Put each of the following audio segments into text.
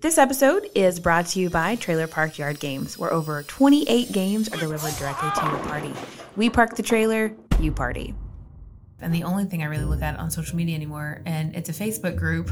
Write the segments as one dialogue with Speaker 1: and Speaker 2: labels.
Speaker 1: This episode is brought to you by Trailer Park Yard Games, where over 28 games are delivered directly to your party. We park the trailer, you party.
Speaker 2: And the only thing I really look at on social media anymore, and it's a Facebook group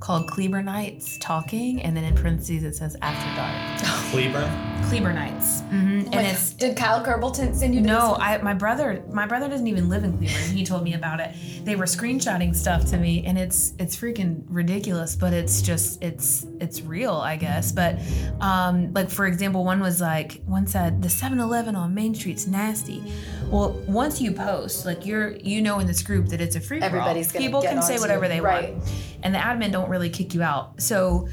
Speaker 2: called Kleber Nights Talking, and then in parentheses it says After Dark.
Speaker 3: Cleburne.
Speaker 2: Kleber Nights. Mm-hmm. And it's
Speaker 4: Did Kyle Kerbleton send you to
Speaker 2: no, I my brother my brother doesn't even live in Cleveland. He told me about it. They were screenshotting stuff to me and it's it's freaking ridiculous, but it's just it's it's real, I guess. But um like for example, one was like one said the 7-Eleven on Main Street's nasty. Well, once you post, like you're you know in this group that it's a free
Speaker 4: Everybody's gonna
Speaker 2: People
Speaker 4: get
Speaker 2: can say
Speaker 4: onto
Speaker 2: whatever
Speaker 4: it,
Speaker 2: they
Speaker 4: right.
Speaker 2: want. And the admin don't really kick you out. So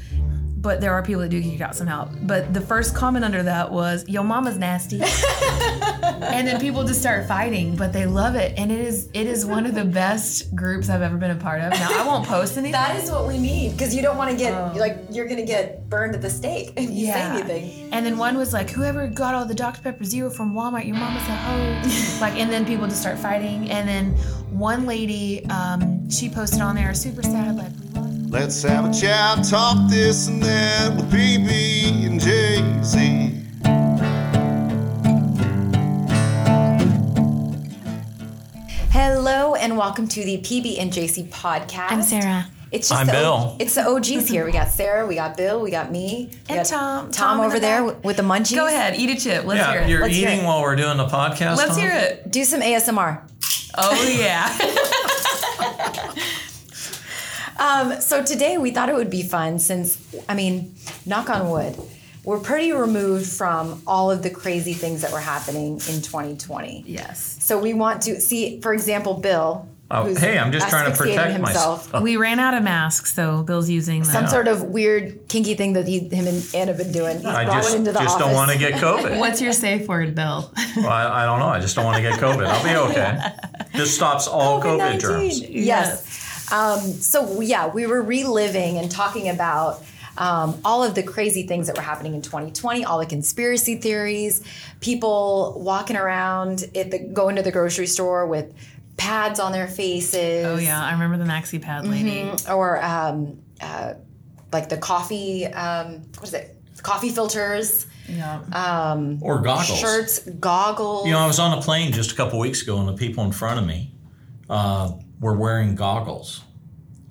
Speaker 2: but there are people that do kick you out somehow. But the first comment under that was, "Yo, mama's nasty." and then people just start fighting, but they love it, and it is it is one of the best groups I've ever been a part of. Now I won't post anything.
Speaker 4: That is what we need because you don't want to get like you're gonna get burned at the stake if you
Speaker 2: Oh. Yeah.
Speaker 4: say anything.
Speaker 2: And then one was like, "Whoever got all the Dr Pepper Zero from Walmart, your mama's a hoe." like, and then people just start fighting. And then one lady, um, she posted on there, super sad, like, "We lost
Speaker 5: Let's have a chat, talk this and that with PB and JC.
Speaker 4: Hello and welcome to the PB and JC podcast. I'm
Speaker 2: Sarah.
Speaker 4: It's just
Speaker 3: I'm
Speaker 4: the
Speaker 3: Bill.
Speaker 4: O- it's the OGs here. We got Sarah, we got Bill, we got me, we
Speaker 2: And
Speaker 4: got
Speaker 2: Tom.
Speaker 4: Tom,
Speaker 2: Tom in
Speaker 4: over
Speaker 2: the
Speaker 4: there
Speaker 2: back.
Speaker 4: w- with the munchies.
Speaker 2: Go ahead, eat a chip. Let's
Speaker 3: Yeah,
Speaker 2: hear
Speaker 3: you're
Speaker 2: it.
Speaker 4: Let's hear
Speaker 3: eating
Speaker 4: it.
Speaker 3: while we're doing the podcast.
Speaker 2: Let's
Speaker 3: Tom?
Speaker 2: hear it.
Speaker 4: Do some ASMR.
Speaker 2: Oh yeah.
Speaker 4: Um, so today we thought it would be fun since, I mean, knock on wood, we're pretty removed from all of the crazy things that were happening in 2020.
Speaker 2: yes.
Speaker 4: So we want to see, for example, Bill.
Speaker 3: Oh,
Speaker 4: who's
Speaker 3: hey, I'm just trying to
Speaker 4: asphyxiating
Speaker 3: protect myself.
Speaker 2: We ran out of masks, so Bill's using
Speaker 4: Some
Speaker 2: them.
Speaker 4: sort of weird kinky thing that he, him and Anna have been doing. He's
Speaker 3: I
Speaker 4: brought
Speaker 3: just,
Speaker 4: it into the
Speaker 3: just don't
Speaker 4: office.
Speaker 3: want to get COVID.
Speaker 2: What's your safe word, Bill?
Speaker 3: Well, I, I don't know. I just don't want to get COVID. I'll be okay. This stops all COVID germs.
Speaker 4: Yes. Um, so yeah, we were reliving and talking about um, all of the crazy things that were happening in 2020, all the conspiracy theories, people walking around at the going to the grocery store with pads on their faces,
Speaker 2: Oh yeah, I remember the maxi pad lady.
Speaker 4: or um, uh, like the coffee. Um, what is it? Coffee filters,
Speaker 2: Yeah.
Speaker 3: Or goggles.
Speaker 4: shirts, goggles.
Speaker 3: You know, I was on a plane just a couple weeks ago, and the people in front of me uh, were wearing goggles,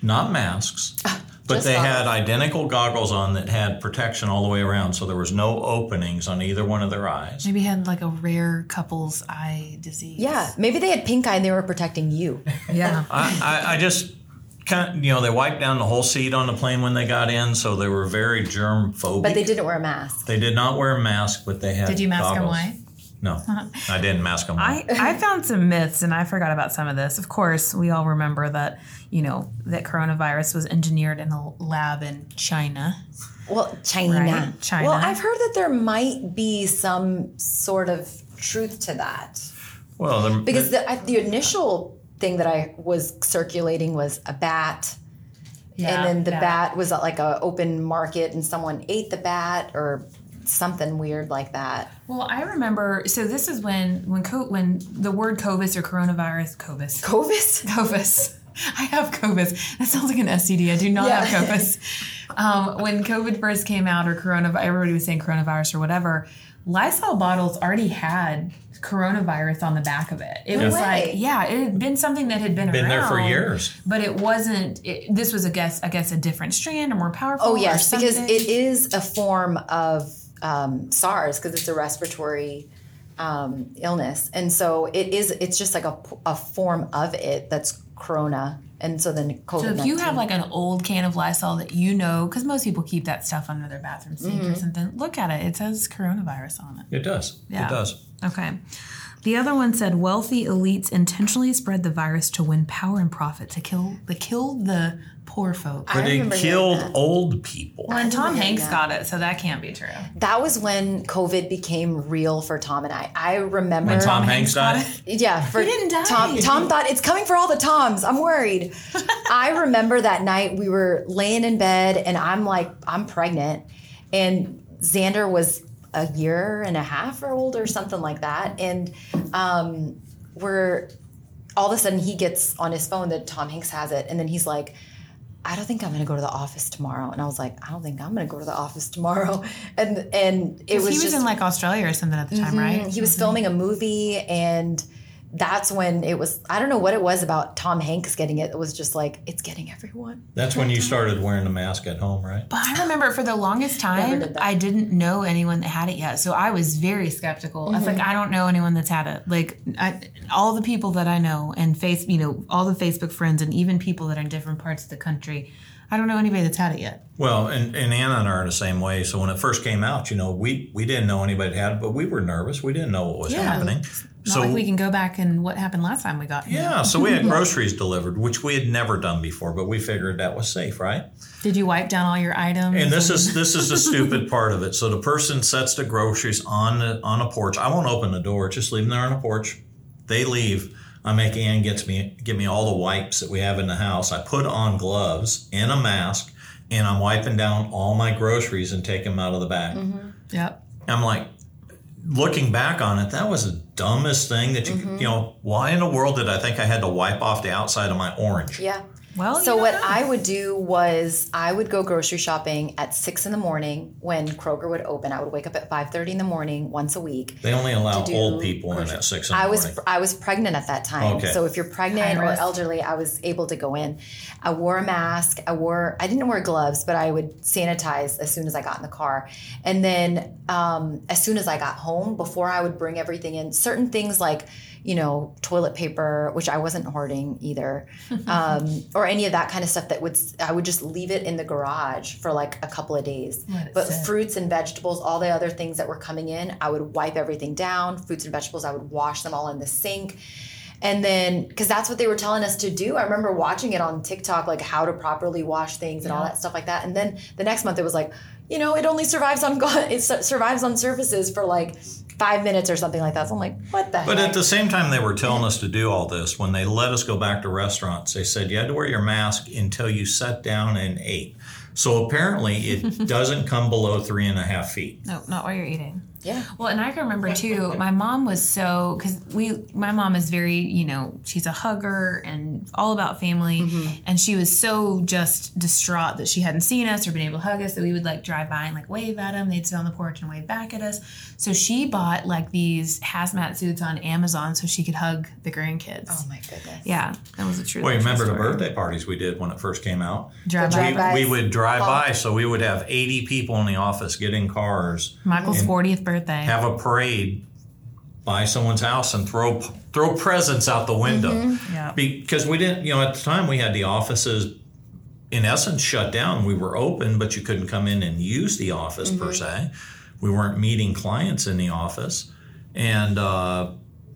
Speaker 3: not masks, but
Speaker 4: Just
Speaker 3: they
Speaker 4: goggles.
Speaker 3: had identical goggles on that had protection all the way around, so there was no openings on either one of their eyes.
Speaker 2: Maybe had like a rare couple's eye disease.
Speaker 4: yeah, maybe they had pink eye and they were protecting you.
Speaker 2: Yeah.
Speaker 3: I, I, I just kind of, you know, they wiped down the whole seat on the plane when they got in, so they were very germ phobic.
Speaker 4: But they didn't wear a mask.
Speaker 3: They did not wear a mask, but they had.
Speaker 2: Did you mask
Speaker 3: goggles.
Speaker 2: them away?
Speaker 3: No, I didn't mask them.
Speaker 2: I,
Speaker 3: away.
Speaker 2: I found some myths and I forgot about some of this. Of course, we all remember that, you know, that coronavirus was engineered in a lab in China.
Speaker 4: Well, China.
Speaker 2: Right, China.
Speaker 4: Well, I've heard that there might be some sort of truth to that
Speaker 3: Well, there-
Speaker 4: because the, I, the initial thing that I was circulating was a bat, and then the bat was at like a open market, and someone ate the bat or something weird like that.
Speaker 2: Well, I remember so this is when when co- when the word covis or coronavirus covis
Speaker 4: Covis.
Speaker 2: COVID. I have COVID. That sounds like an STD. I do not
Speaker 4: Yeah.
Speaker 2: have COVID. Um, when COVID first came out, or coronavirus, everybody was saying coronavirus or whatever. Lysol bottles already had coronavirus on the back of it. It was
Speaker 4: way.
Speaker 2: like, yeah, it had been something that had been,
Speaker 3: been
Speaker 2: around,
Speaker 3: there for years.
Speaker 2: but it wasn't. It, this was, I guess, I guess, a different strand, a more powerful.
Speaker 4: Oh
Speaker 2: or
Speaker 4: yes, because
Speaker 2: something.
Speaker 4: it is a form of um, SARS because it's a respiratory um, illness, and so it is. It's just like a, a form of it that's corona, and so then
Speaker 2: So
Speaker 4: COVID.
Speaker 2: if you have like an old can of Lysol that you know, because most people keep that stuff under their bathroom sink or something, look at it. It says coronavirus on it.
Speaker 3: It does.
Speaker 2: Yeah.
Speaker 3: It does.
Speaker 2: Okay. The other one said wealthy elites intentionally spread the virus to win power and profit to kill the kill the poor folk.
Speaker 3: But it
Speaker 4: remember hearing
Speaker 3: killed
Speaker 4: that.
Speaker 3: old people.
Speaker 2: and Tom Hanks
Speaker 4: that.
Speaker 2: got it, so that can't be true.
Speaker 4: That was when COVID became real for Tom and I. I remember.
Speaker 3: When Tom Hanks
Speaker 2: got
Speaker 3: died.
Speaker 4: yeah, for
Speaker 2: didn't die.
Speaker 4: Tom. Tom thought it's coming for all the Toms. I'm worried. I remember that night we were laying in bed, and I'm like, I'm pregnant, and Xander was a year and a half or old or something like that, and um, we're all of a sudden he gets on his phone that Tom Hanks has it, and then he's like, I don't think I'm gonna go to the office tomorrow. And I was like, I don't think I'm gonna go to the office tomorrow. And and it was
Speaker 2: he was
Speaker 4: just,
Speaker 2: in like Australia or something at the time, right?
Speaker 4: he was filming a movie and that's when it was I don't know what it was about Tom Hanks getting it. It was just like, it's getting everyone.
Speaker 3: That's when you started wearing a mask at home, right?
Speaker 2: But I remember for the longest time,
Speaker 4: did that.
Speaker 2: I didn't know anyone that had it yet. So I was very skeptical. I was
Speaker 4: Mm-hmm.
Speaker 2: like, I don't know anyone that's had it. Like, I, all the people that I know and face, you know, all the Facebook friends and even people that are in different parts of the country, I don't know anybody that's had it yet.
Speaker 3: Well, and, and Anna and I are the same way. So when it first came out, you know, we, we didn't know anybody had it, but we were nervous. We didn't know what was
Speaker 2: Yeah.
Speaker 3: happening.
Speaker 2: Not like we can go back and what happened last time we got here.
Speaker 3: yeah, so we had groceries delivered, which we had never done before, but we figured that was safe, right?
Speaker 2: Did you wipe down all your items?
Speaker 3: And this is this is the stupid part of it. So the person sets the groceries on the, on a porch. I won't open the door; just leave them there on the porch. They leave. I make Ann gets me give me all the wipes that we have in the house. I put on gloves and a mask, and I'm wiping down all my groceries and take them out of the bag.
Speaker 2: Yep.
Speaker 3: I'm like, looking back on it, that was the dumbest thing that you could, you know. Why in the world did I think I had to wipe off the outside of my orange?
Speaker 4: Yeah.
Speaker 2: Well,
Speaker 4: So
Speaker 2: Oh, you
Speaker 4: what
Speaker 2: know.
Speaker 4: I would do was I would go grocery shopping at six in the morning when Kroger would open. I would wake up at five thirty in the morning once a week.
Speaker 3: They only allow
Speaker 4: do
Speaker 3: old people in at six in the
Speaker 4: I was
Speaker 3: morning.
Speaker 4: I was pregnant at that time.
Speaker 3: Okay.
Speaker 4: So if you're pregnant or elderly, I was able to go in. I wore a mask. I wore I didn't wear gloves, but I would sanitize as soon as I got in the car. And then um, as soon as I got home, before I would bring everything in, certain things like you know toilet paper, which I wasn't hoarding either, um, or any of that kind of stuff that would I would just leave it in the garage for like a couple of days.
Speaker 2: Let it
Speaker 4: But
Speaker 2: sit.
Speaker 4: fruits and vegetables, all the other things that were coming in, I would wipe everything down. Fruits and vegetables, I would wash them all in the sink. And then, because that's what they were telling us to do. I remember watching it on TikTok, like how to properly wash things and all that stuff like that. And then the next month, it was like, you know, it only survives on go- it su- survives on surfaces for like five minutes or something like that. So I'm like, what the?
Speaker 3: But
Speaker 4: heck?
Speaker 3: at the same time, they were telling us to do all this. When they let us go back to restaurants, they said you had to wear your mask until you sat down and ate. So apparently, it doesn't come below three and a half feet.
Speaker 2: No, not while you're eating.
Speaker 4: yeah,
Speaker 2: Well, and I can remember too. My mom was so because we, my mom is very, you know, she's a hugger and all about family, and she was so just distraught that she hadn't seen us or been able to hug us that we would like drive by and like wave at them. They'd sit on the porch and wave back at us. So she bought like these hazmat suits on Amazon so she could hug the grandkids.
Speaker 4: oh my goodness.
Speaker 2: Yeah, that was a true.
Speaker 3: Well, you remember the birthday parties we did when it first came out?
Speaker 2: Drive
Speaker 4: drive
Speaker 2: by.
Speaker 3: We,
Speaker 4: Drive-bys.
Speaker 3: we would drive by, so we would have 80 people in the office get in cars,
Speaker 2: Michael's fortieth birthday.
Speaker 3: have a parade by someone's house, and throw throw presents out the window.
Speaker 4: Mm-hmm.
Speaker 2: Yeah.
Speaker 3: Because we didn't, you know, at the time we had the offices in essence shut down. We were open, but you couldn't come in and use the office per se. We weren't meeting clients in the office. And uh,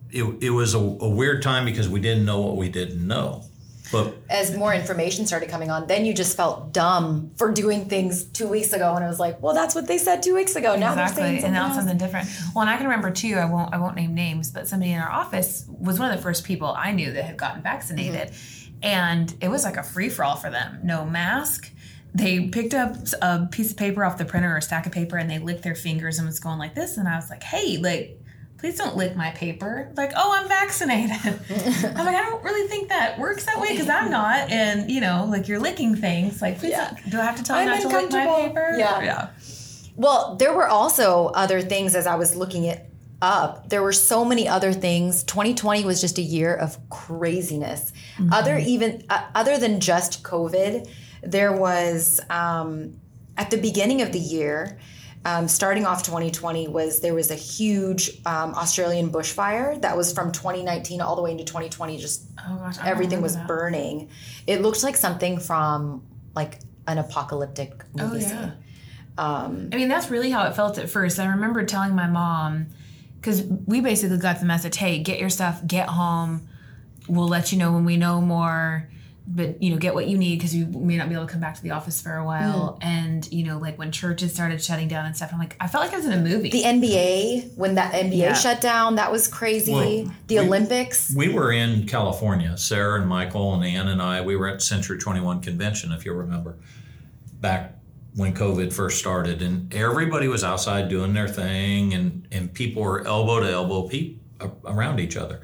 Speaker 3: it, it was a, a weird time because we didn't know what we didn't know. But
Speaker 4: As more information started coming on, then you just felt dumb for doing things two weeks ago, and it was like, well, that's what they said two weeks ago. Now they're saying
Speaker 2: exactly
Speaker 4: something
Speaker 2: and now
Speaker 4: else.
Speaker 2: something different well and i can remember too i won't i won't name names but somebody in our office was one of the first people i knew that had gotten vaccinated
Speaker 4: Mm-hmm.
Speaker 2: and it was like a free-for-all for them no mask they picked up a piece of paper off the printer or a stack of paper and they licked their fingers and was going like this and i was like hey like please don't lick my paper like oh i'm vaccinated i'm like i don't really think that works that way because i'm not and you know like you're licking things like please
Speaker 4: Yeah.
Speaker 2: do i have to tell you not
Speaker 4: I'm
Speaker 2: to lick my
Speaker 4: uncomfortable.
Speaker 2: paper
Speaker 4: Yeah.
Speaker 2: yeah
Speaker 4: Well, there were also other things as I was looking it up. There were so many other things. 2020 was just a year of craziness.
Speaker 2: Mm-hmm.
Speaker 4: Other even uh, other than just COVID, there was um, at the beginning of the year. Um, starting off 2020 was there was a huge um, Australian bushfire that was from 2019 all the way into 2020. Just
Speaker 2: oh gosh I don't
Speaker 4: everything
Speaker 2: remember
Speaker 4: was
Speaker 2: that.
Speaker 4: burning. It looked like something from like an apocalyptic
Speaker 2: Oh
Speaker 4: movie
Speaker 2: yeah.
Speaker 4: scene. Um,
Speaker 2: I mean, that's really how it felt at first. I remember telling my mom because we basically got the message, "Hey, get your stuff, get home. We'll let you know when we know more." But you know, get what you need because you may not be able to come back to the office for a while.
Speaker 4: Mm.
Speaker 2: And you know, like when churches started shutting down and stuff, I'm like, I felt like I was in a movie.
Speaker 4: the NBA when that NBA
Speaker 2: Yeah.
Speaker 4: shut down, that was crazy.
Speaker 3: Well,
Speaker 4: the
Speaker 3: we-
Speaker 4: Olympics.
Speaker 3: We were in California. Sarah and Michael and Ann and I, we were at Century 21 convention, if you'll remember, back when COVID first started. And everybody was outside doing their thing, and, and people were elbow to elbow pe- a- around each other.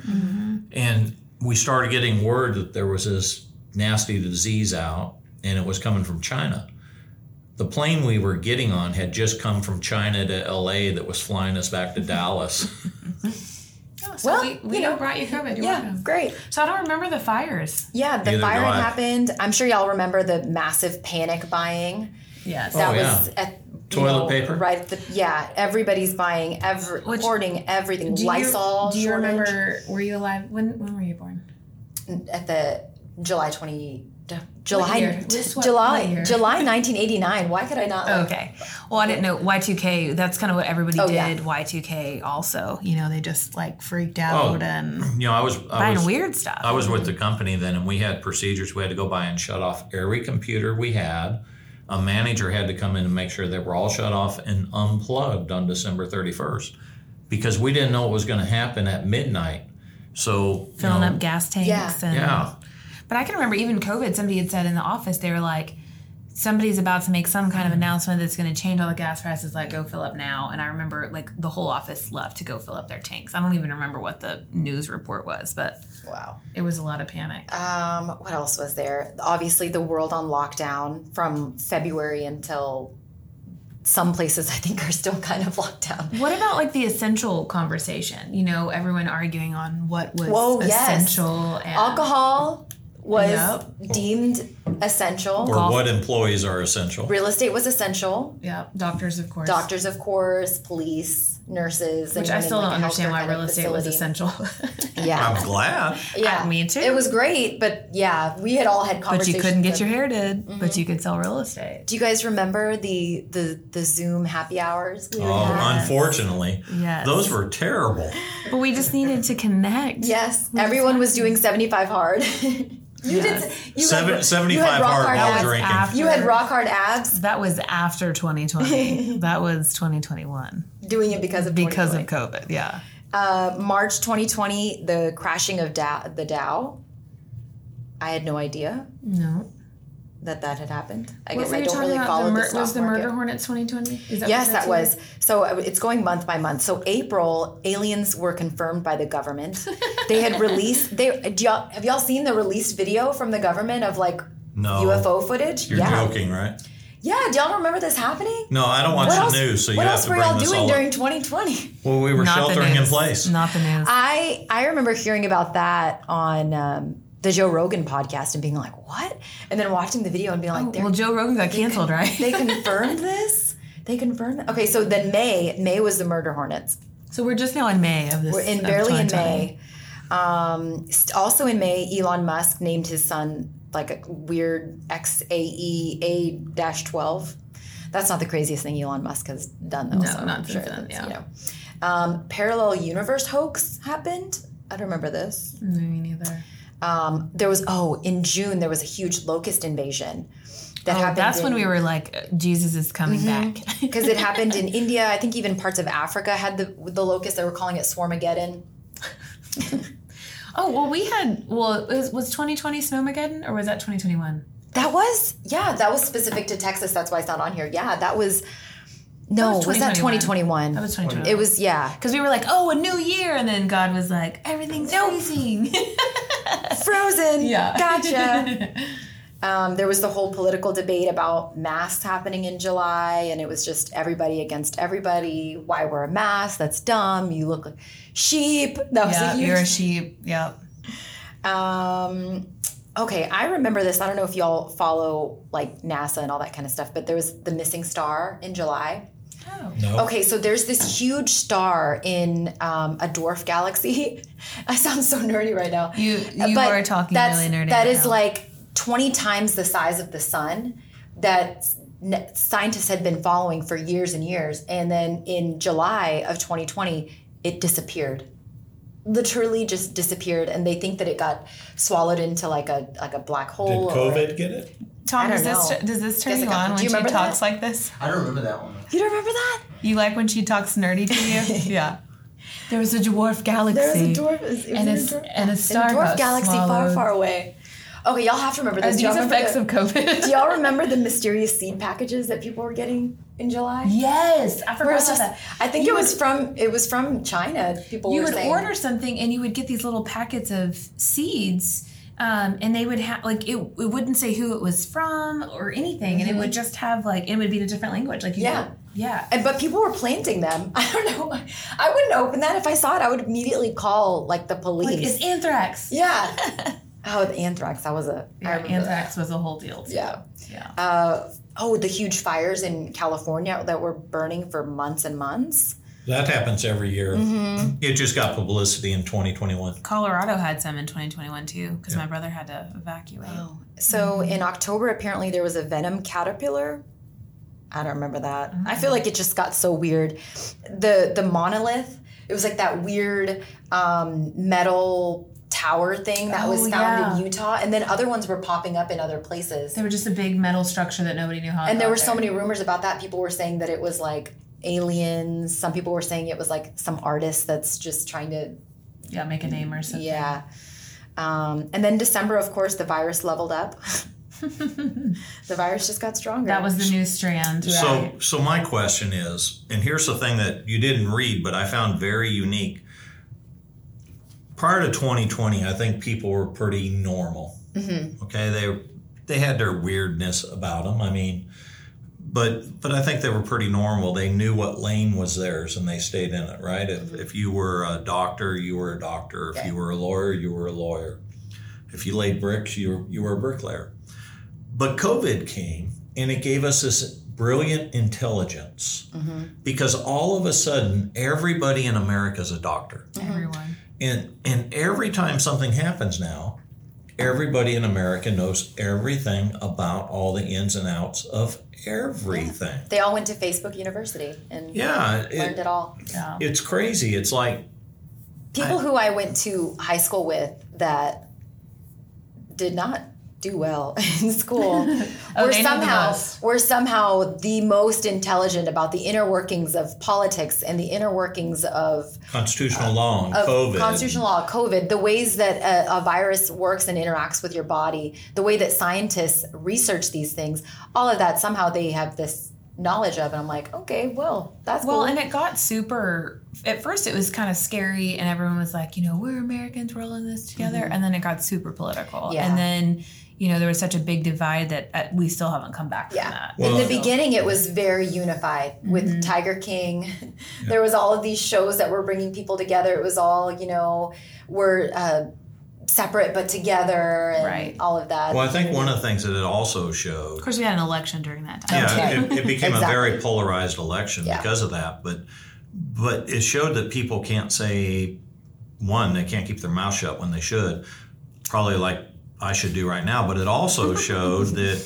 Speaker 3: And we started getting word that there was this nasty disease out. and it was coming from China. The plane we were getting on had just come from China to LA that was flying us back to Dallas.
Speaker 2: Oh, so
Speaker 4: Well,
Speaker 2: we, we
Speaker 4: you know,
Speaker 2: brought you COVID. You're
Speaker 4: Yeah,
Speaker 2: welcome.
Speaker 4: great.
Speaker 2: So I don't remember the fires.
Speaker 4: Yeah, the
Speaker 3: Neither do
Speaker 4: fire
Speaker 3: I.
Speaker 4: happened. I'm sure y'all remember the massive panic buying.
Speaker 2: Yes.
Speaker 4: That
Speaker 3: Oh, yeah.
Speaker 4: was at, you
Speaker 3: Toilet
Speaker 4: know,
Speaker 3: paper?
Speaker 4: Right. At the, yeah, everybody's buying, every,
Speaker 2: Which-
Speaker 4: hoarding everything.
Speaker 2: Do you-
Speaker 4: Lysol.
Speaker 2: Do you
Speaker 4: shortage.
Speaker 2: remember? Were you alive? When when were you born?
Speaker 4: at the July 20 July
Speaker 2: year? Just what- what
Speaker 4: July
Speaker 2: year? Oh.
Speaker 4: July 1989. Why could I not? Like,
Speaker 2: Okay. Well, I didn't know Y2K. That's kind of what everybody
Speaker 4: Oh,
Speaker 2: did.
Speaker 4: yeah.
Speaker 2: Y2K also. You know, they just like freaked out and
Speaker 3: you know, I was I
Speaker 2: buying
Speaker 3: Oh. was,
Speaker 2: weird stuff.
Speaker 3: I was with the company then, and we had procedures. We had to go by and shut off every computer we had. A manager had to come in and make sure they were all shut off and unplugged on December 31st because we didn't know what was going to happen at midnight. So, you
Speaker 2: filling
Speaker 3: know,
Speaker 2: up gas tanks.
Speaker 4: Yeah.
Speaker 2: And,
Speaker 3: yeah,
Speaker 2: But I can remember even COVID. Somebody had said in the office they were like. Somebody's about to make some kind of announcement that's going to change all the gas prices. Like, go fill up now. And I remember, like, the whole office left to go fill up their tanks. I don't even remember what the news report was, but
Speaker 4: Wow.
Speaker 2: it was a lot of panic.
Speaker 4: Um, what else was there? Obviously, the world on lockdown from February until some places I think are still kind of locked down.
Speaker 2: What about like the essential conversation? You know, everyone arguing on what was
Speaker 4: Whoa, yes.
Speaker 2: essential and
Speaker 4: Alcohol was
Speaker 2: Yep.
Speaker 4: deemed essential.
Speaker 3: or what employees are essential.
Speaker 4: Real estate was essential.
Speaker 2: Yeah, doctors, of course.
Speaker 4: Doctors, of course, police, nurses.
Speaker 2: Which
Speaker 4: anyone
Speaker 2: I
Speaker 4: in,
Speaker 2: still
Speaker 4: like,
Speaker 2: don't
Speaker 4: a
Speaker 2: understand
Speaker 4: healthcare
Speaker 2: why
Speaker 4: kind of
Speaker 2: real estate was
Speaker 4: facility.
Speaker 2: essential. Uh,
Speaker 4: Yeah.
Speaker 3: I'm glad.
Speaker 4: Yeah.
Speaker 2: me too.
Speaker 4: It was great, but yeah, we had all had
Speaker 2: but
Speaker 4: conversations.
Speaker 2: you couldn't
Speaker 4: of- Mm-hmm.
Speaker 2: get your hair did, but you could sell real estate.
Speaker 4: Do you guys remember the the the Zoom happy hours? We would
Speaker 3: Oh,
Speaker 4: have?
Speaker 3: unfortunately,
Speaker 2: Yes.
Speaker 3: those were terrible.
Speaker 2: But we just needed to connect.
Speaker 4: yes, everyone was doing seventy five hard. you did
Speaker 2: Yes.
Speaker 4: you
Speaker 3: Seven,
Speaker 4: had,
Speaker 3: 75
Speaker 4: rock
Speaker 3: hard
Speaker 4: hard
Speaker 3: while
Speaker 4: abs
Speaker 3: drinking.
Speaker 2: after-
Speaker 4: you had rock hard abs
Speaker 2: That was after 2020. that was 2021
Speaker 4: doing it because of
Speaker 2: because
Speaker 4: 2020.
Speaker 2: of COVID. Yeah.
Speaker 4: uh, March twenty twenty the crashing of Dow, the Dow. I had no idea
Speaker 2: No.
Speaker 4: that that had happened. I
Speaker 2: What
Speaker 4: guess
Speaker 2: were
Speaker 4: I
Speaker 2: you
Speaker 4: don't
Speaker 2: talking
Speaker 4: really
Speaker 2: about?
Speaker 4: follow
Speaker 2: The
Speaker 4: the
Speaker 2: mur-
Speaker 4: stock
Speaker 2: was the
Speaker 4: market.
Speaker 2: Murder Hornets 2020? Is that
Speaker 4: Yes,
Speaker 2: what
Speaker 4: that
Speaker 2: too?
Speaker 4: was. So uh, it's going month by month. So April, aliens were confirmed by the government. they had released. They do y'all, have y'all seen the released video from the government of like
Speaker 3: No.
Speaker 4: UFO footage?
Speaker 3: You're
Speaker 4: yeah,
Speaker 3: joking, right?
Speaker 4: yeah. Do y'all remember this happening?
Speaker 3: No, I don't watch
Speaker 4: What
Speaker 3: the
Speaker 4: else?
Speaker 3: news, so you
Speaker 4: what
Speaker 3: have
Speaker 4: else
Speaker 3: to
Speaker 4: were
Speaker 3: bring
Speaker 4: y'all
Speaker 3: this
Speaker 4: doing
Speaker 3: all
Speaker 4: during
Speaker 3: up.
Speaker 4: 2020?
Speaker 3: Well, we were
Speaker 2: Not the
Speaker 3: sheltering in
Speaker 2: news.
Speaker 3: place.
Speaker 2: Not the news.
Speaker 4: Ah, I I remember hearing about that on um, the Joe Rogan podcast and being like, "What?" and then watching the video and being like, "They're
Speaker 2: well, Joe Rogan got canceled, right?
Speaker 4: they confirmed this." They confirmed. That? Okay, so then May, May was the murder hornets.
Speaker 2: So we're just now in May of this.
Speaker 4: We're in
Speaker 2: of
Speaker 4: barely in
Speaker 2: 2020.
Speaker 4: May. Um, st- also in May, Elon Musk named his son like a weird E XAEA 12. That's not the craziest thing Elon Musk has done, though.
Speaker 2: No,
Speaker 4: so
Speaker 2: not
Speaker 4: I'm
Speaker 2: since
Speaker 4: sure
Speaker 2: then,
Speaker 4: that's,
Speaker 2: yeah.
Speaker 4: You know. um, parallel universe hoax happened. I don't remember this.
Speaker 2: No, Mm, me neither.
Speaker 4: Um, there was, oh, in June, there was a huge locust invasion that
Speaker 2: Oh,
Speaker 4: happened. Mm-hmm.
Speaker 2: that's when we were like, Jesus is coming back.
Speaker 4: Because it happened in India. I think even parts of Africa had the, the locust. They were calling it Swarmageddon.
Speaker 2: oh well, we had well, it was, was 2020 Snowmageddon or was that 2021?
Speaker 4: That was yeah, that was specific to Texas. That's why it's not on here. Yeah, that was no,
Speaker 2: was
Speaker 4: was, that
Speaker 2: 2021.
Speaker 4: 2021?
Speaker 2: That was 2021.
Speaker 4: It was yeah.
Speaker 2: Because we were like, oh, a new year, and then God was like, everything's freezing.
Speaker 4: Frozen.
Speaker 2: Yeah.
Speaker 4: Gotcha. um, there was the whole political debate about masks happening in July, and it was just everybody against everybody. Why wear a mask? That's dumb. You look like sheep. That was
Speaker 2: yeah,
Speaker 4: a huge
Speaker 2: you're a sheep. Yep.
Speaker 4: Um, okay, I remember this. I don't know if y'all follow like NASA and all that kind of stuff, but there was the missing star in July.
Speaker 2: Oh.
Speaker 3: No.
Speaker 4: Okay, so there's this huge star in um, a dwarf galaxy. I sound so nerdy right now.
Speaker 2: You you
Speaker 4: Uh, But
Speaker 2: are talking
Speaker 4: that's,
Speaker 2: really nerdy.
Speaker 4: That
Speaker 2: right
Speaker 4: is
Speaker 2: now.
Speaker 4: like 20 times the size of the sun that s- n- scientists had been following for years and years. And then in July of 2020, it disappeared. Literally just disappeared, and they think that it got swallowed into like a like a black hole. or-
Speaker 3: get it?
Speaker 2: Tom.
Speaker 4: I don't
Speaker 2: Does this
Speaker 4: know.
Speaker 2: does this turn
Speaker 4: Jessica,
Speaker 2: you on
Speaker 4: do
Speaker 2: when
Speaker 4: you
Speaker 2: she
Speaker 4: remember
Speaker 2: talks
Speaker 4: that?
Speaker 2: like this?
Speaker 6: I don't remember that one.
Speaker 4: You don't remember that?
Speaker 2: You like when she talks nerdy to you? yeah. There was a dwarf galaxy.
Speaker 4: There's a dwarf. Is,
Speaker 2: and
Speaker 4: it
Speaker 2: a, s- and a
Speaker 4: in a
Speaker 2: star
Speaker 4: dwarf
Speaker 2: got
Speaker 4: galaxy far,
Speaker 2: swallowed.
Speaker 4: far away. Okay, y'all have to remember
Speaker 2: Are
Speaker 4: this. Do
Speaker 2: these
Speaker 4: y'all remember
Speaker 2: effects
Speaker 4: the-
Speaker 2: of COVID?
Speaker 4: Do y'all remember the mysterious seed packages that people were getting in July?
Speaker 2: yes, I
Speaker 4: Where
Speaker 2: forgot
Speaker 4: it was
Speaker 2: about
Speaker 4: just-
Speaker 2: that.
Speaker 4: I think it was from it was from China. People
Speaker 2: You
Speaker 4: were
Speaker 2: would
Speaker 4: saying,
Speaker 2: order something and you would get these little packets of seeds, Um, and they would have like it, it wouldn't say who it was from or anything, and it would just have like it would be in a different language. Like you
Speaker 4: Mm-hmm. Yeah.
Speaker 2: Know, yeah.
Speaker 4: And but people were planting them. I don't know. I wouldn't open that if I saw it. I would immediately call like the police.
Speaker 2: Like it's anthrax.
Speaker 4: yeah. oh, the anthrax. That was a. I
Speaker 2: Yeah,
Speaker 4: remember that.
Speaker 2: anthrax was a whole deal. Too.
Speaker 4: Yeah.
Speaker 2: Yeah.
Speaker 4: Uh, oh, the huge fires in California that were burning for months and months.
Speaker 3: That happens every year. It just got publicity in 2021.
Speaker 2: Colorado had some in 2021 too, because my brother had to evacuate.
Speaker 4: So in October, apparently there was a venom caterpillar. I don't remember that. I
Speaker 2: Mm.
Speaker 4: feel like it just got so weird. The the monolith. It was like that weird um, metal tower thing that was
Speaker 2: Oh,
Speaker 4: found
Speaker 2: yeah.
Speaker 4: in Utah, and then other ones were popping up in other places.
Speaker 2: They were just a big metal structure that nobody knew how. it
Speaker 4: And there
Speaker 2: got
Speaker 4: were so many rumors about that. People were saying that it was like aliens. Some people were saying it was like some artist that's just trying to
Speaker 2: Yeah, make a name or something.
Speaker 4: yeah. Um, and then December, of course, the virus leveled up. the virus just got stronger.
Speaker 2: That was the new strand.
Speaker 3: So, so my question is, and here's the thing that you didn't read, but I found very unique. Prior to 2020, I think people were pretty normal. Okay, they they had their weirdness about them. I mean, but but I think they were pretty normal. They knew what lane was theirs, and they stayed in it. Right? If if you were a doctor, you were a doctor. If you were a lawyer, you were a lawyer. If you laid bricks, you were, you were a bricklayer. But COVID came and it gave us this brilliant intelligence
Speaker 4: Mm-hmm.
Speaker 3: because all of a sudden everybody in America is a doctor.
Speaker 4: Mm-hmm.
Speaker 2: everyone.
Speaker 3: And and every time something happens now, everybody in America knows everything about all the ins and outs of everything.
Speaker 4: they all went to Facebook University and
Speaker 3: Yeah,
Speaker 4: learned
Speaker 3: it,
Speaker 4: it all.
Speaker 2: Yeah.
Speaker 3: it's crazy. It's like
Speaker 4: People who I went to high school with that did not do well in school were
Speaker 2: Oh, they knew the
Speaker 4: somehow
Speaker 2: best.
Speaker 4: were somehow the most intelligent about the inner workings of politics and the inner workings of
Speaker 3: constitutional law and
Speaker 4: Uh, of
Speaker 3: COVID.
Speaker 4: constitutional law, COVID, the ways that a, a virus works and interacts with your body, the way that scientists research these things, all of that, somehow they have this knowledge of. And I'm like, okay, well, that's
Speaker 2: Well,
Speaker 4: cool.
Speaker 2: and it got super. At first, it was kind of scary, and everyone was like, you know, we're Americans, we're all in this together. And then it got super political.
Speaker 4: Yeah.
Speaker 2: And then, you know, there was such a big divide that uh, we still haven't come back
Speaker 4: Yeah.
Speaker 2: from that.
Speaker 3: Well-
Speaker 4: in the beginning, it was very unified with
Speaker 2: Mm-hmm.
Speaker 4: Tiger King. there was all of these shows that were bringing people together. It was all, you know, we're uh, separate but together and
Speaker 2: Right.
Speaker 4: all of that.
Speaker 3: Well, I think one of the things that it also showed
Speaker 2: Of course, we had an election during that time.
Speaker 3: yeah,
Speaker 4: Okay.
Speaker 3: it, it became
Speaker 4: Exactly.
Speaker 3: a very polarized election
Speaker 4: Yeah.
Speaker 3: because of that. But but it showed that people can't say one, they can't keep their mouth shut when they should, probably like I should do right now. But it also showed that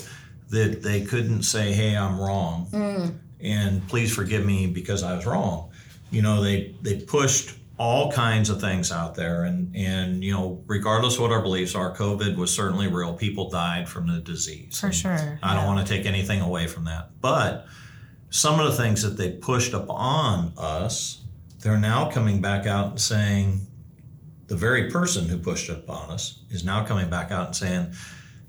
Speaker 3: that they couldn't say, "Hey, I'm wrong,"
Speaker 4: Mm.
Speaker 3: and please forgive me because I was wrong. You know, they they pushed all kinds of things out there and and you know regardless of what our beliefs are covid was certainly real people died from the disease
Speaker 2: For
Speaker 3: And
Speaker 2: sure.
Speaker 3: I don't want to take anything away from that. But some of the things that they pushed upon us, they're now coming back out and saying, the very person who pushed it upon us is now coming back out and saying,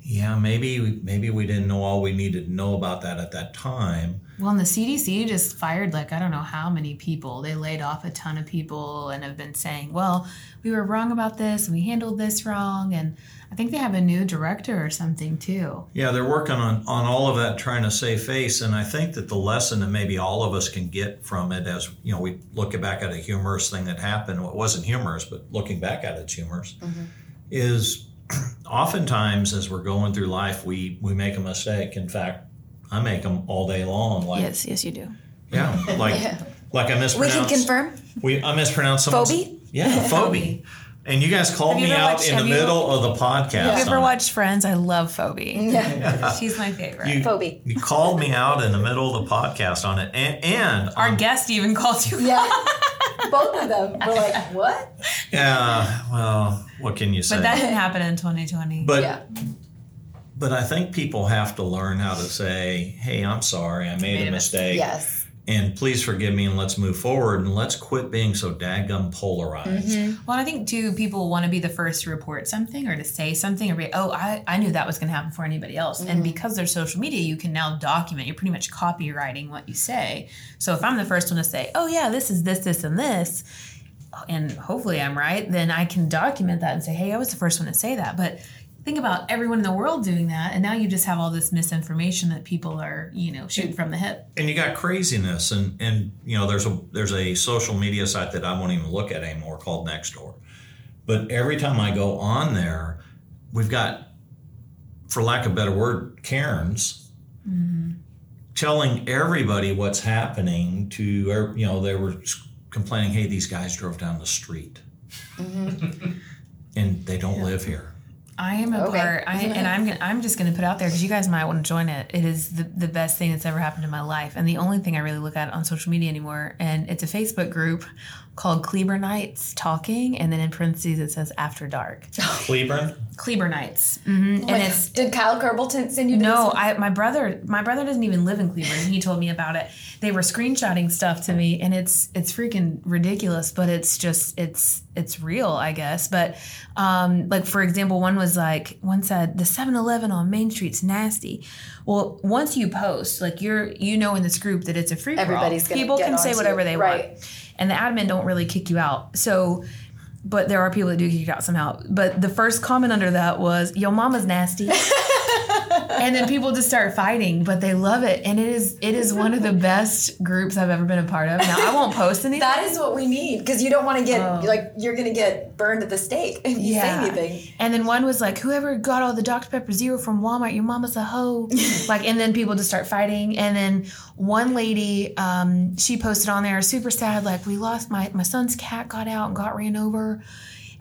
Speaker 3: yeah, maybe maybe we didn't know all we needed to know about that at that time.
Speaker 2: Well, and the CDC just fired like I don't know how many people. They laid off a ton of people and have been saying, "Well, we were wrong about this. We handled this wrong." And I think they have a new director or something too.
Speaker 3: Yeah, they're working on, on all of that, trying to save face. And I think that the lesson that maybe all of us can get from it as, you know, we look back at a humorous thing that happened, what wasn't humorous, but looking back at it's humorous,
Speaker 2: Mm-hmm.
Speaker 3: is oftentimes as we're going through life, we, we make a mistake. In fact, I make them all day long. Like,
Speaker 2: yes, you do.
Speaker 3: yeah, like, like I
Speaker 4: we can
Speaker 3: mispronounced.
Speaker 4: confirm.
Speaker 3: We, I mispronounced someone's-
Speaker 4: Phobie?
Speaker 3: Yeah, phobie. And you guys called
Speaker 2: Have you
Speaker 3: me
Speaker 2: ever
Speaker 3: out
Speaker 2: watched-
Speaker 3: in the
Speaker 2: have you-
Speaker 3: middle of the podcast.
Speaker 2: Have you
Speaker 3: on
Speaker 2: ever
Speaker 3: it.
Speaker 2: watched Friends? I love Phoebe. She's my favorite.
Speaker 3: You-
Speaker 4: Phobie.
Speaker 3: You called me out in the middle of the podcast on it, and, and
Speaker 2: Our guest even called you.
Speaker 4: Yeah. Both of them were like, what?
Speaker 3: yeah, uh, well, what can you say?
Speaker 2: But that didn't happen in 2020.
Speaker 3: but,
Speaker 4: Yeah.
Speaker 3: but I think people have to learn how to say, "Hey, I'm sorry, I made,
Speaker 2: Made
Speaker 3: a
Speaker 2: a
Speaker 3: mistake,
Speaker 4: Yes.
Speaker 3: and please forgive me, and let's move forward, and let's quit being so daggum polarized."
Speaker 2: well, I think too, people want to be the first to report something or to say something or be, oh, I, I knew that was going to happen before anybody else. And because there's social media, you can now document. You're pretty much copywriting what you say. So if I'm the first one to say, oh, yeah, this is this, this, and this, and hopefully I'm right, then I can document that and say, hey, I was the first one to say that. But think about everyone in the world doing that, and now you just have all this misinformation that people are, you know, shooting from the hip.
Speaker 3: and you got craziness and and you know there's a there's a social media site that I won't even look at anymore called Nextdoor. But every time I go on there, we've got for lack of a better word, Karens telling everybody what's happening to er- you know they were complaining, "Hey, these guys drove down the street." and they don't live here.
Speaker 2: I am a
Speaker 4: Okay.
Speaker 2: part, I, and I'm gonna, I'm just going to put out there because you guys might want to join it. It is the, the best thing that's ever happened in my life, and the only thing I really look at on social media anymore. And it's a Facebook group called Kleber Nights Talking, and then in parentheses it says After Dark.
Speaker 3: Cleburne?
Speaker 2: Kleber Nights, hmm and it's
Speaker 4: Did Kyle Gerbilton send you to
Speaker 2: no,
Speaker 4: this?
Speaker 2: I my brother my brother doesn't even live in Cleveland. and He told me about it. They were screenshotting stuff to me, and it's it's freaking ridiculous, but it's just it's it's real, I guess. But um, like for example, one was like one said the 7-Eleven on Main Street's nasty. Well, once you post, like you're you know in this group that it's a free for all.
Speaker 4: Everybody's gonna
Speaker 2: people
Speaker 4: get
Speaker 2: can say
Speaker 4: onto
Speaker 2: whatever
Speaker 4: it,
Speaker 2: they
Speaker 4: right.
Speaker 2: want, and the admin don't really kick you out. So. But there are people that do kick you out somehow. But the first comment under that was, "Yo, mama's nasty." and then people just start fighting, but they love it, and it is it is one of the best groups I've ever been a part of. Now I won't post anything.
Speaker 4: That is what we need because you don't want to get like you're going to get burned at the stake if you say anything.
Speaker 2: And then one was like, whoever got all the Dr. Pepper Zero from Walmart, your mama's a hoe. like, and then people just start fighting. And then one lady, um, she posted on there, super sad, like, we lost my, my son's cat got out and got ran over.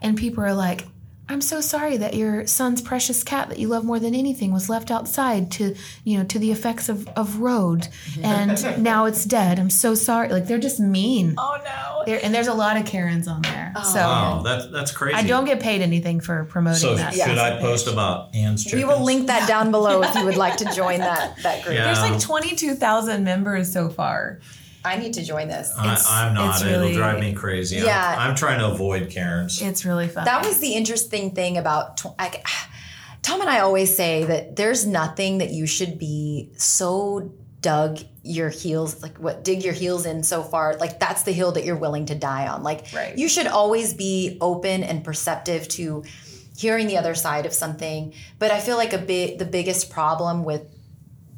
Speaker 2: And people are like, I'm so sorry that your son's precious cat that you love more than anything was left outside to, you know, to the effects of, of road. And now it's dead. I'm so sorry. Like, they're just mean.
Speaker 4: Oh no. Oh,
Speaker 2: They're, and there's a lot of Karens on there. So.
Speaker 3: Wow, that, that's crazy.
Speaker 2: Oh, I don't get paid anything for promoting
Speaker 3: so
Speaker 2: that.
Speaker 3: should I post about Ann's chickens?
Speaker 4: We will link that down below if you would like to join that that group.
Speaker 3: Yeah.
Speaker 2: There's like 22,000 members so far.
Speaker 4: I need to join this.
Speaker 2: It's-
Speaker 3: I, I'm not.
Speaker 2: it's
Speaker 3: It'll
Speaker 2: really-
Speaker 3: drive me crazy. I'm-
Speaker 4: Yeah.
Speaker 3: I'm, trying to avoid Karens.
Speaker 2: It's really fun.
Speaker 4: That was the interesting thing about tw- I, Tom and I always say that there's nothing that you should be so dug your heels like what dig your heels in so far like that's the hill that you're willing to die on like
Speaker 2: Right.
Speaker 4: you should always be open and perceptive to hearing the other side of something but i feel like a bit the biggest problem with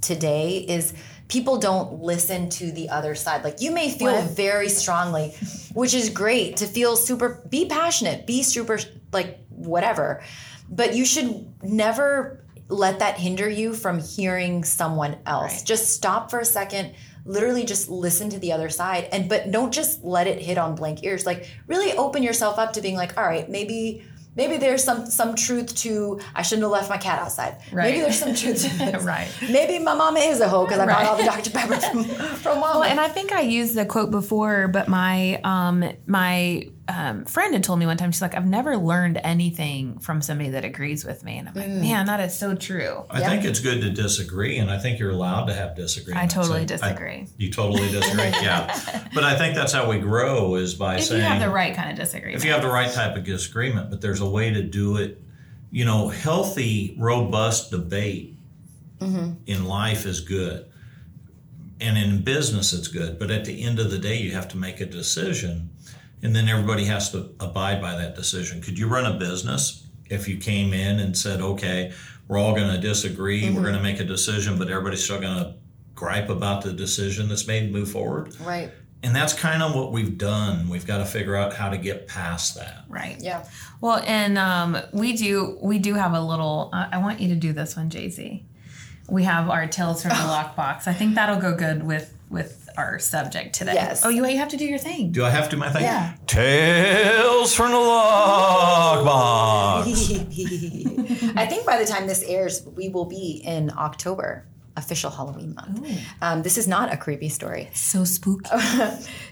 Speaker 4: today is people don't listen to the other side. Like you may feel very strongly, which is great to feel super be passionate, be super like whatever. But you should never let that hinder you from hearing someone else. Just stop for a second, literally just listen to the other side and but don't just let it hit on blank ears. Like really open yourself up to being like, "All right, maybe Maybe there's some some truth to I shouldn't have left my cat outside. Maybe
Speaker 2: Right.
Speaker 4: there's some truth to this.
Speaker 2: Right.
Speaker 4: Maybe my mama is a hoe because I bought all the Dr. Pepper from, from mama.
Speaker 2: and I think I used the quote before, but my um, my um, friend had told me one time, she's like, I've never learned anything from somebody that agrees with me. And I'm like, man, that is so true.
Speaker 3: I think it's good to disagree, and I think you're allowed to have disagreements.
Speaker 2: totally
Speaker 3: I-
Speaker 2: disagree.
Speaker 3: you totally disagree, yeah. But I think that's how we grow is by
Speaker 2: If
Speaker 3: saying
Speaker 2: you have the right kind of disagreement.
Speaker 3: if you have the right type of disagreement, but there's a way to do it. You know, healthy, robust debate in life is good. And in business, it's good. But at the end of the day, you have to make a decision. And then everybody has to abide by that decision. Could you run a business if you came in and said, okay, we're all going to disagree, we're going to make a decision, but everybody's still going to gripe about the decision that's made and move forward?
Speaker 4: right.
Speaker 3: And that's kind of what we've done. We've got to figure out how to get past that.
Speaker 2: right.
Speaker 4: Yeah.
Speaker 2: Well, and um, we do we do have a little. Uh, I want you to do this one, Jay Z. We have our tales from the
Speaker 4: Oh.
Speaker 2: lockbox. I think that'll go good with with our subject today.
Speaker 4: Yes.
Speaker 2: Oh, you you have to do your thing.
Speaker 3: Do I have to do my thing?
Speaker 4: Yeah.
Speaker 3: Tales from the Lockbox.
Speaker 4: I think by the time this airs, we will be in October, official Halloween month. Um, this is not a creepy story.
Speaker 2: So spooky.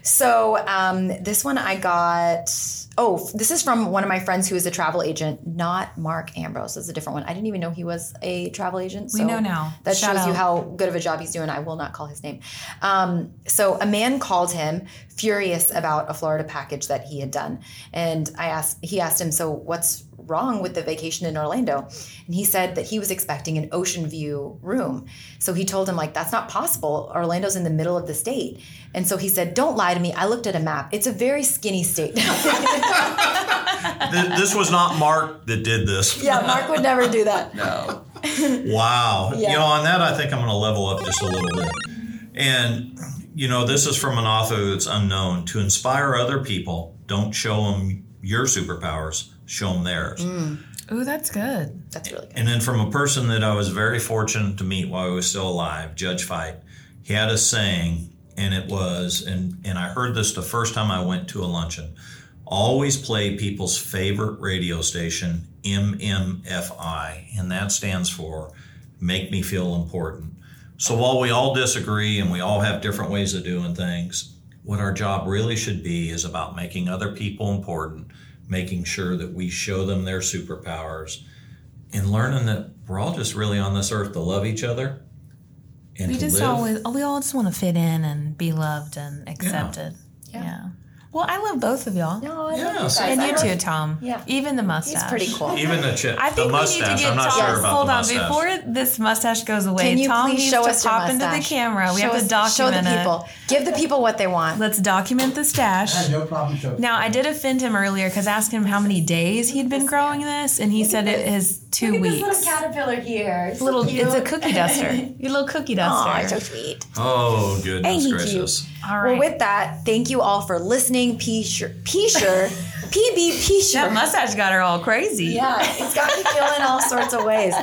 Speaker 4: So um, this one I got. Oh, f- this is from one of my friends who is a travel agent, not Mark Ambrose. This is a different one. I didn't even know he was a travel agent. So
Speaker 2: know now.
Speaker 4: That
Speaker 2: Shout
Speaker 4: shows you
Speaker 2: out.
Speaker 4: how good of a job he's doing. I will not call his name. Um, so a man called him, furious about a Florida package that he had done, and I asked. He asked him, "So what's wrong with the vacation in Orlando?" And he said that he was expecting an ocean view room. So he told him, like, that's not possible. Orlando's in the middle of the state. And so he said, Don't lie to me. I looked at a map. It's a very skinny state.
Speaker 3: Th- this was not Mark that did this.
Speaker 4: Yeah, Mark would never do that.
Speaker 6: No.
Speaker 3: Wow.
Speaker 4: Yeah.
Speaker 3: You know, on that, I think I'm going to level up just a little bit. And, you know, this is from an author that's unknown. To inspire other people, don't show them your superpowers, show them theirs.
Speaker 2: Ooh, that's good.
Speaker 4: That's really good.
Speaker 3: And then from a person that I was very fortunate to meet while he was still alive, Judge Fight, he had a saying, and it was, and, and I heard this the first time I went to a luncheon always play people's favorite radio station, MMFI, and that stands for Make Me Feel Important. So while we all disagree and we all have different ways of doing things, what our job really should be is about making other people important, making sure that we show them their superpowers and learning that we're all just really on this earth to love each other and
Speaker 2: We
Speaker 3: to
Speaker 2: just
Speaker 3: live.
Speaker 2: always we all just want to fit in and be loved and accepted. Yeah. Well, I love both of y'all.
Speaker 4: No, I
Speaker 3: Yeah,
Speaker 4: love you
Speaker 3: so-
Speaker 4: guys.
Speaker 2: And
Speaker 4: I
Speaker 2: you
Speaker 4: love-
Speaker 2: too, Tom.
Speaker 4: Yeah.
Speaker 2: Even the mustache.
Speaker 4: He's pretty cool.
Speaker 3: Even the chip,
Speaker 2: I think
Speaker 3: the mustache.
Speaker 2: we need to get
Speaker 3: I'm not
Speaker 2: Tom.
Speaker 3: sure about
Speaker 2: hold
Speaker 3: the
Speaker 2: on,
Speaker 3: mustache.
Speaker 2: before this mustache goes away,
Speaker 4: Can you
Speaker 2: Tom
Speaker 4: please
Speaker 2: needs
Speaker 4: show
Speaker 2: to
Speaker 4: us your
Speaker 2: pop into the
Speaker 4: mustache?
Speaker 2: camera. We have
Speaker 4: Show
Speaker 2: to
Speaker 4: us- show
Speaker 2: document
Speaker 4: the
Speaker 2: it.
Speaker 4: people. Give the people what they want.
Speaker 2: Let's document the stash.
Speaker 7: I had no problem showing.
Speaker 2: Now I did offend him earlier because I asked him how many days he'd been growing this, and he said it is two weeks.
Speaker 4: caterpillar here.
Speaker 2: Little, it's a cookie duster. Your little cookie
Speaker 4: Aw,
Speaker 2: duster.
Speaker 4: so sweet.
Speaker 3: Oh, goodness
Speaker 4: Thank you.
Speaker 3: gracious.
Speaker 2: All
Speaker 4: Well,
Speaker 2: right.
Speaker 4: with that, thank you all for listening. P sure, P sure, PB P sure.
Speaker 2: that mustache got her all crazy.
Speaker 4: Yeah, it's got me feeling all sorts of ways.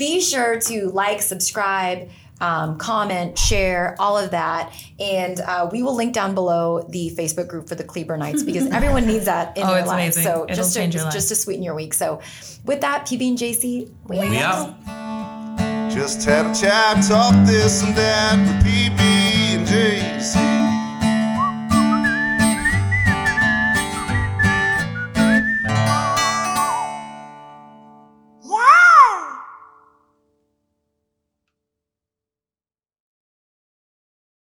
Speaker 4: Be sure to like, subscribe, um, comment, share, all of that. And uh, we will link down below the Facebook group for the Kleber Nights because everyone needs that in
Speaker 2: Oh,
Speaker 4: their
Speaker 2: it's
Speaker 4: lives.
Speaker 2: amazing.
Speaker 4: So
Speaker 2: It'll
Speaker 4: just to,
Speaker 2: change your life.
Speaker 4: just to sweeten your week. So with that, PB and JC, we
Speaker 3: We
Speaker 4: out.
Speaker 3: out.
Speaker 5: Just had a chat, talk this and that with PB